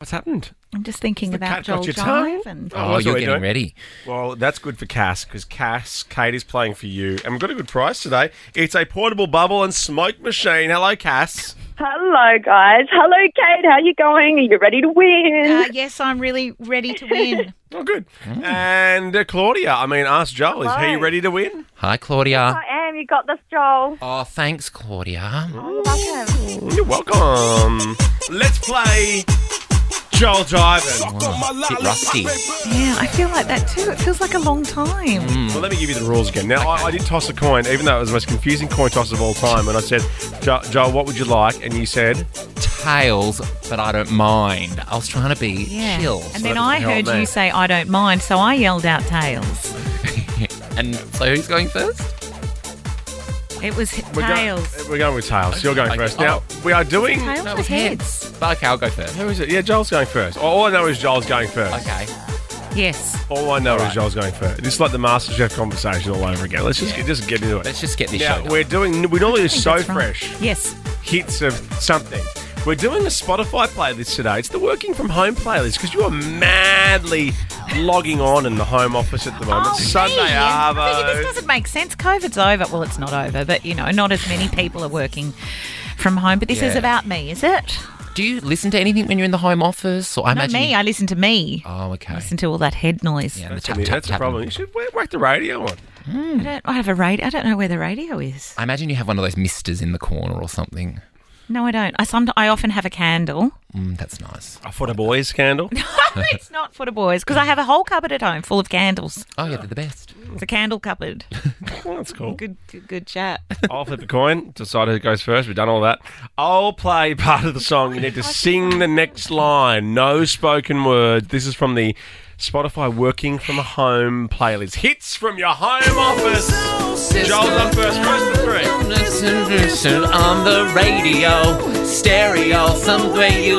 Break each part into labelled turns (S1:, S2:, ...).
S1: What's happened?
S2: I'm just thinking
S1: the
S2: about
S1: cat got
S2: Joel
S1: your tongue?
S2: Jive and
S1: Oh,
S3: Oh,
S1: that's what
S3: you're
S1: we're
S3: getting
S1: doing.
S3: ready.
S1: Well, that's good for Cass because Cass, Kate is playing for you, and we've got a good prize today. It's a portable bubble and smoke machine. Hello, Cass.
S4: Hello, guys. Hello, Kate. How you going? Are you ready to win?
S2: uh, yes, I'm really ready to win.
S1: Oh, good. And uh, Claudia, I mean, ask Joel. Is he
S4: Hello.
S1: ready to win?
S3: Hi, Claudia.
S4: I am. You got this, Joel.
S3: Oh, thanks, Claudia.
S4: You're welcome.
S1: You're welcome. Let's play Joel Jiving.
S3: Bit rusty.
S2: yeah, I feel like that too. It feels like a long time.
S3: Mm,
S1: Mm. Well, let me give you the rules again. Now, I, I did toss a coin, even though it was the most confusing coin toss of all time. When I said, "Jo- Joel, what would you like? And you said,
S3: Tails, but I don't mind. I was trying to be
S2: Yeah.
S3: chill.
S2: and
S3: so
S2: then
S3: it
S2: I
S3: doesn't
S2: heard
S3: help me.
S2: you say, I don't mind, so I yelled out tails.
S3: and so who's going first?
S2: It was h-
S1: we're, go-
S2: tails.
S1: we're going with tails. You're going
S3: Okay.
S1: first. Now, we are doing.
S2: tails
S3: No,
S2: or
S3: it was
S2: heads?
S3: But okay, I'll go first.
S1: Who is it? Yeah, Joel's going first. All I know is Joel's going first.
S3: Okay.
S2: Yes.
S1: All I know
S3: All
S1: is
S3: right.
S1: Joel's going first. It's like the MasterChef conversation all over again. Let's just get, just get into it.
S3: Let's just get this
S1: now,
S3: show
S1: we're
S3: done.
S1: doing. We normally do
S2: I think
S1: so
S2: that's right.
S1: fresh
S2: Yes.
S1: hits of something. We're doing a Spotify playlist today. It's the working from home playlist because you are madly logging on in the home office at the moment. Sunday
S2: Oh, me. I figure
S1: Arvo.
S2: this doesn't make sense. COVID's over. Well, it's not over, but you know, not as many people are working from home. But this is
S3: Yeah.
S2: about me, is it?
S3: Do you listen to anything when you're in the home office? Or I
S2: Not
S3: imagine.
S2: me. I listen to me.
S3: Oh, okay.
S2: I listen to all that head noise.
S3: Yeah, and the
S1: That's,
S3: tap,
S1: a,
S3: tap,
S1: that's a
S3: tap.
S1: problem. You should whack whack the radio on.
S2: I don't. I have a radio. I don't know where the radio is.
S3: I imagine you have one of those misters in the corner or something.
S2: No, I don't. I some. I often have a candle.
S3: Mm, that's nice.
S1: I thought a boys candle.
S2: it's not for the boys because I have a whole cupboard at home full of candles.
S3: Oh, yeah, they're the best.
S2: It's a candle cupboard.
S1: Well, that's cool.
S2: Good. Good, good chat.
S1: I'll flip a coin, decide who goes first. We've done all that. I'll play part of the song. You need to sing the next line. No spoken words. This is from the Spotify Working from Home playlist. Hits from your home office. Joel's up first. First to three.
S3: on the radio, stereo, some way you look,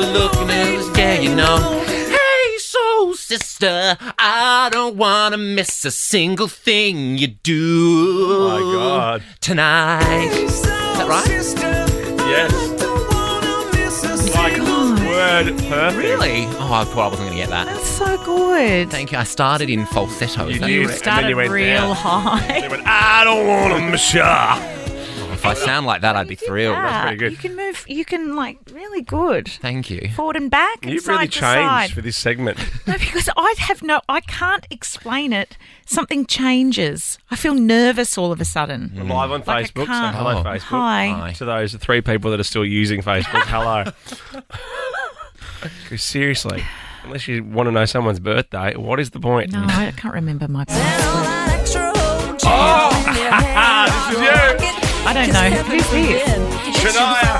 S3: yeah, you know. Hey, soul sister, I don't want to miss a single thing you do.
S1: Oh, my God.
S3: Tonight. Is that right?
S1: Yes. Like word perfect.
S3: Really? Oh, I thought I wasn't going to get that.
S2: That's so good.
S3: Thank you. I started in falsetto.
S1: You
S3: is
S1: did.
S3: that correct?
S1: And then
S2: Started
S1: you went
S2: real
S1: down.
S2: high.
S1: They went, I don't want to miss ya.
S3: If I sound like that, I'd be thrilled.
S2: Ah,
S1: pretty good.
S2: You can move. You can like really good.
S3: Thank you.
S2: Forward and back. and
S1: You've
S2: side
S1: really
S2: to side.
S1: changed for this segment.
S2: No, because I have no. I can't explain it. Something changes. I feel nervous all of a sudden.
S1: We're live on
S2: Like a
S1: Facebook. So
S2: car.
S1: hello,
S3: Oh.
S1: Facebook.
S2: Hi.
S3: Hi.
S1: To those three people that are still using Facebook, hello. 'Cause seriously, unless you want to know someone's birthday, what is the point?
S2: No, I can't remember my. I
S1: Ah, this is you.
S2: Oh. don't know who's this.
S1: Shania.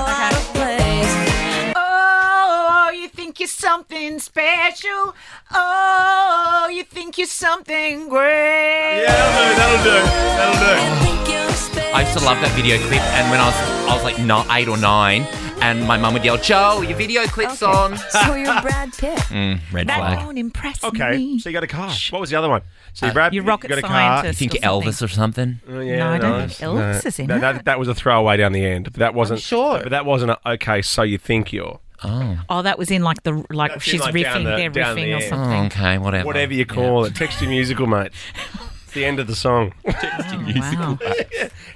S2: Oh, you think you're something special. Oh, you think you're something great.
S1: Yeah, that'll do. That'll do. That'll do.
S3: I used to love that video clip, and when I was I was like ni- eight or nine, and my mum would yell, "Joel, your video clip's on."
S5: So you're Brad Pitt.
S3: Red
S2: That
S3: flag.
S2: won't impress
S1: Okay,
S2: me.
S1: so you got a car. What was the other one? So you Brad,
S2: your
S1: you
S2: rocket
S1: got a car.
S2: scientist.
S3: You think
S2: or something.
S3: Elvis or something?
S1: Oh, yeah,
S2: No, I don't
S1: nice.
S2: think Elvis is in
S1: No, that,
S2: it.
S1: that was a throwaway down the end. But that wasn't
S3: sure.
S1: But that wasn't a, okay. So you think you're
S3: Oh,
S2: Oh, that was in like the like
S1: That's in,
S2: she's
S1: like, down
S2: riffing,
S1: the-
S2: they're
S1: down the Mm.
S2: riffing or
S1: air.
S3: Oh,
S2: something.
S3: okay, whatever.
S1: whatever you call it. Text your musical, mate. It's the end of the song.
S2: Oh, wow.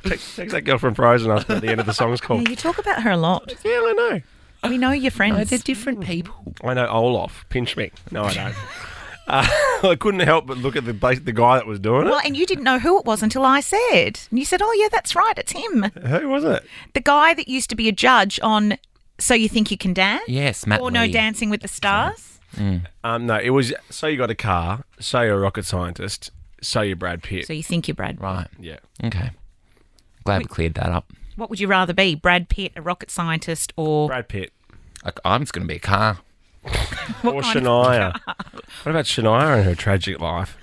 S1: text, text that girl from Frozen. Ask her what the end of the song's called.
S2: Yeah, you talk about her a lot.
S1: Yeah, I know.
S2: We know your friends.
S3: No, they're different people.
S1: I know Olaf. Pinch me. No, I don't. Uh, I couldn't help but look at the bas- the guy that was doing
S2: Well, and you didn't know who it was until I said. And you said, oh, yeah, that's right, it's him.
S1: it. Who was it?
S2: The guy that used to be a judge on So You Think You Can Dance?
S3: Yes, Matt
S2: Or No
S3: Lee.
S2: Dancing with the Stars?
S1: Um, no, it was. So you got a car. So you're a rocket scientist. So you're Brad Pitt.
S2: So you think you're Brad.
S3: Right.
S1: yeah.
S3: Okay. Glad we cleared that up.
S2: What would you rather be, Brad Pitt, a rocket scientist, or
S1: Brad Pitt
S3: I, I'm just going to be a car.
S1: or Shania. what about Shania and her tragic life?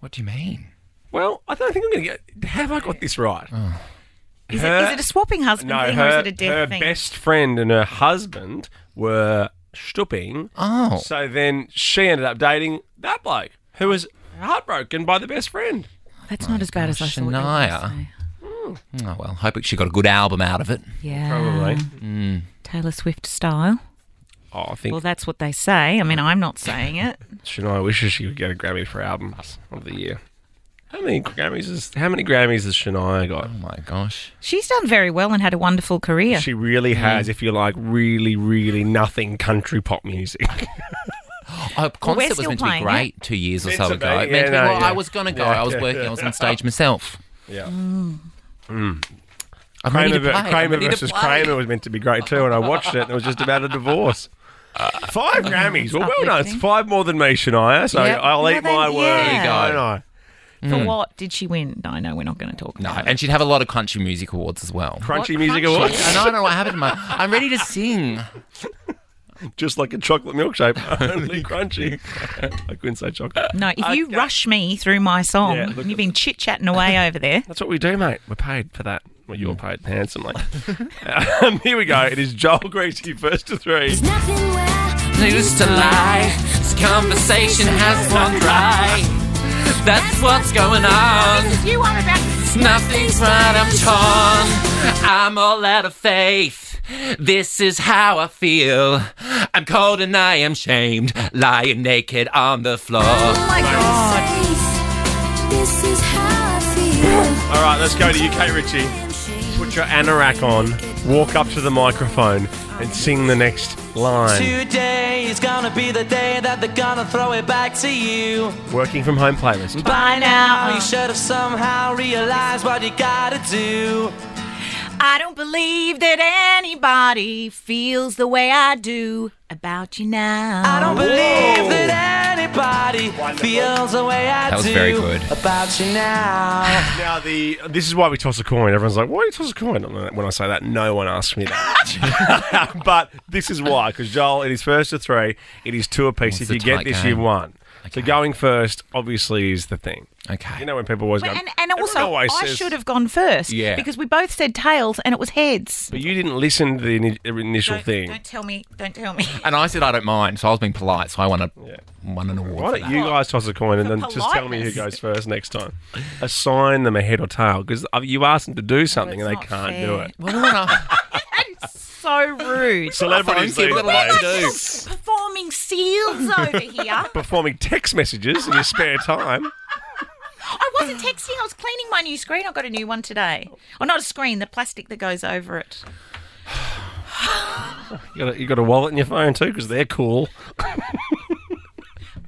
S3: What do you mean?
S1: Well, I don't think I'm going to get. Have I got this right?
S2: is,
S1: Her-
S2: it, is it a swapping husband
S1: No,
S2: thing
S1: her,
S2: or is it a death
S1: her
S2: thing?
S1: best friend and her husband were stooping.
S3: Oh,
S1: So then she ended up dating that bloke who was heartbroken by the best friend.
S2: That's not as bad as I thought. you were gonna
S3: Shania.
S2: say.
S3: oh well. Hope she got a good album out of it.
S2: Yeah.
S1: Probably.
S2: Taylor Swift style.
S1: Oh, I think
S2: Well, that's what they say. I mean, I'm not saying it.
S1: Shania wishes she could get a Grammy for albums of the year. How many Grammys is how many Grammys has Shania got?
S3: Oh my gosh.
S2: She's done very well and had a wonderful career.
S1: She really has, if you like, really, really nothing country pop music.
S3: Her concert was
S2: still
S3: meant to be
S2: playing it.
S3: great two years or
S1: Meant
S3: so
S1: to
S3: ago.
S1: be,
S3: It meant to be-
S1: yeah, no,
S3: well,
S1: yeah.
S3: I was going to go.
S1: Yeah,
S3: I was
S1: yeah,
S3: working.
S1: yeah.
S3: I was on stage myself.
S1: yeah.
S3: Mm.
S1: Mm.
S3: I'm
S1: Kramer,
S3: ready to
S1: ver-
S3: play. I'm
S1: Kramer
S3: ready to
S1: versus
S3: play.
S1: Kramer was meant to be great too, and I watched it, and it was just about a divorce. Five Grammys. Well, well done. It's
S2: uplifting.
S1: five more than me, Shania. So
S3: Yep.
S1: I'll
S2: Well,
S1: eat
S2: then,
S1: my word.
S2: yeah.
S1: There you go. Won't I? Mm.
S2: For what did she win? No, no, we're not going to talk.
S3: No,
S2: about it.
S3: and she'd have a lot of country music awards as well.
S1: Crunchy
S2: What
S1: music
S2: crunchy?
S1: awards,
S3: I know, I know what happened to my. I'm ready to sing.
S1: just like a chocolate milkshake, only crunchy. I couldn't say chocolate.
S2: no. If you
S1: Okay.
S2: rush me through my song,
S1: Yeah, look-
S2: you've been chit chatting away over there.
S1: That's what we do, mate. We're paid for that. Well, you're paid handsomely. um, here we go. It is Joel Greasy, first to three.
S5: Nothing where
S3: News to lie. This conversation has gone dry. That's what's going on.
S2: You are about
S3: Nothing's right, I'm torn. I'm all out of faith. This is how I feel. I'm cold and I am shamed, lying naked on the floor.
S5: Oh my god. This is how I feel.
S1: All right, let's go to UK Richie. Put your anorak on, walk up to the microphone, and sing the next line.
S6: Today is gonna be the day that they're gonna throw it back to you.
S1: Working from home playlist.
S6: By now, you should have somehow realized what you gotta do.
S2: I don't believe that anybody feels the way I do about you now.
S6: I don't believe that anybody feels the way I
S3: That was
S6: do
S3: very good.
S6: about you now.
S1: Now the this is why we toss a coin. Everyone's like, "Why do you toss a coin?" When I say that, no one asks me that. but this is why, because Joel, it is first to three. It is two apiece.
S3: It's
S1: if
S3: a
S1: you get
S3: tight
S1: this,
S3: game.
S1: you won. So going first, obviously, is the thing.
S3: Okay.
S1: You know when people always go,
S2: But- and, and
S1: "Everyone
S2: also,
S1: always
S2: I
S1: says-"
S2: should have gone first.
S3: Yeah.
S2: Because we both said tails and it was heads.
S1: But you didn't listen to the ini- initial thing.
S2: don't tell me. Don't tell me.
S3: and I said I don't mind, so I was being polite, so I won, a, won an award.
S1: Why
S3: for
S1: don't
S3: that.
S1: you guys toss a coin and
S2: For
S1: then just tell me who goes
S2: politeness.
S1: first next time? Assign them a head or tail because you ask them to do something and they
S2: it's
S1: can't
S2: not
S1: do
S2: fair.
S1: it.
S3: Well, no, no.
S2: so rude.
S1: Celebrities
S3: Phones, you've
S1: these
S3: got a lot to
S1: days.
S3: do.
S2: Performing seals over here.
S1: performing text messages in your spare time.
S2: I wasn't texting. I was cleaning my new screen. I got a new one today. Oh, not a screen. The plastic that goes over it.
S1: You got a, you got a wallet in your phone too because they're cool.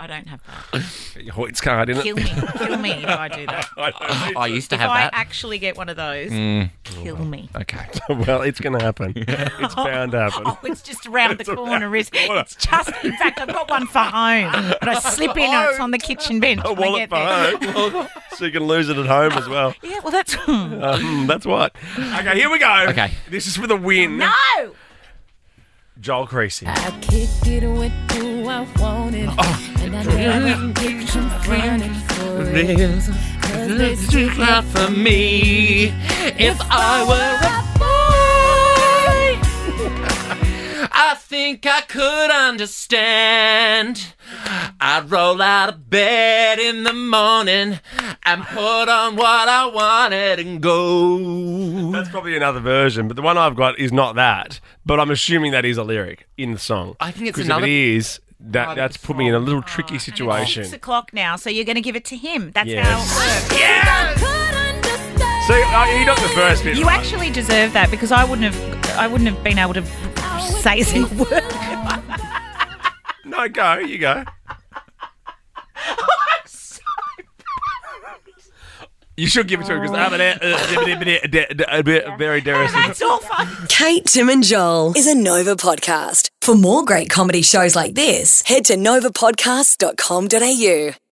S2: I don't have that.
S1: Got your Hoyt's card in
S2: Kill
S1: it.
S2: me. Kill me if I do that.
S1: I don't
S3: I used to
S2: if
S3: have
S2: I
S3: that.
S2: actually get one of those,
S1: Mm.
S2: kill me.
S3: okay.
S1: need- well, it's going to happen. It's bound to happen.
S2: Oh, it's just around the
S1: around
S2: corner, is
S1: the corner.
S2: It's just, in fact, I've got one for home, but I slip in and it's on the kitchen bench.
S1: A
S2: when I
S1: wallet for
S2: get there.
S1: home, so you can lose it at home as well.
S2: Yeah, well, that's. no!
S1: Um, that's what. Okay, here we go.
S3: Okay.
S1: this is for the win. Joel Creasy.
S5: I could get with who I wanted. And I know I can get some credit for it.
S3: This is not for me. If I were a boy, I think I could understand. I'd roll out of bed in the morning and put on what I wanted and go.
S1: That's probably another version, but the one I've got is not that. But I'm assuming that is a lyric in the song.
S3: I think it's
S1: 'Cause
S3: another-
S1: If it is,
S3: Part
S1: that
S3: of
S1: that's
S3: the
S1: put me in a little tricky situation.
S2: Six o'clock now, so you're going to give it to him. That's
S1: Yes.
S2: how it works.
S1: So uh, you got the first bit.
S2: You
S1: right.
S2: actually deserve that because I wouldn't have. I wouldn't have been able to say a single word.
S1: No, go. You go. You should give it to her because I'm uh, a very embarrassing.
S2: It's all fun.
S7: Kate, Tim, and Joel is a Nova podcast. For more great comedy shows like this, head to novapodcast.com.au.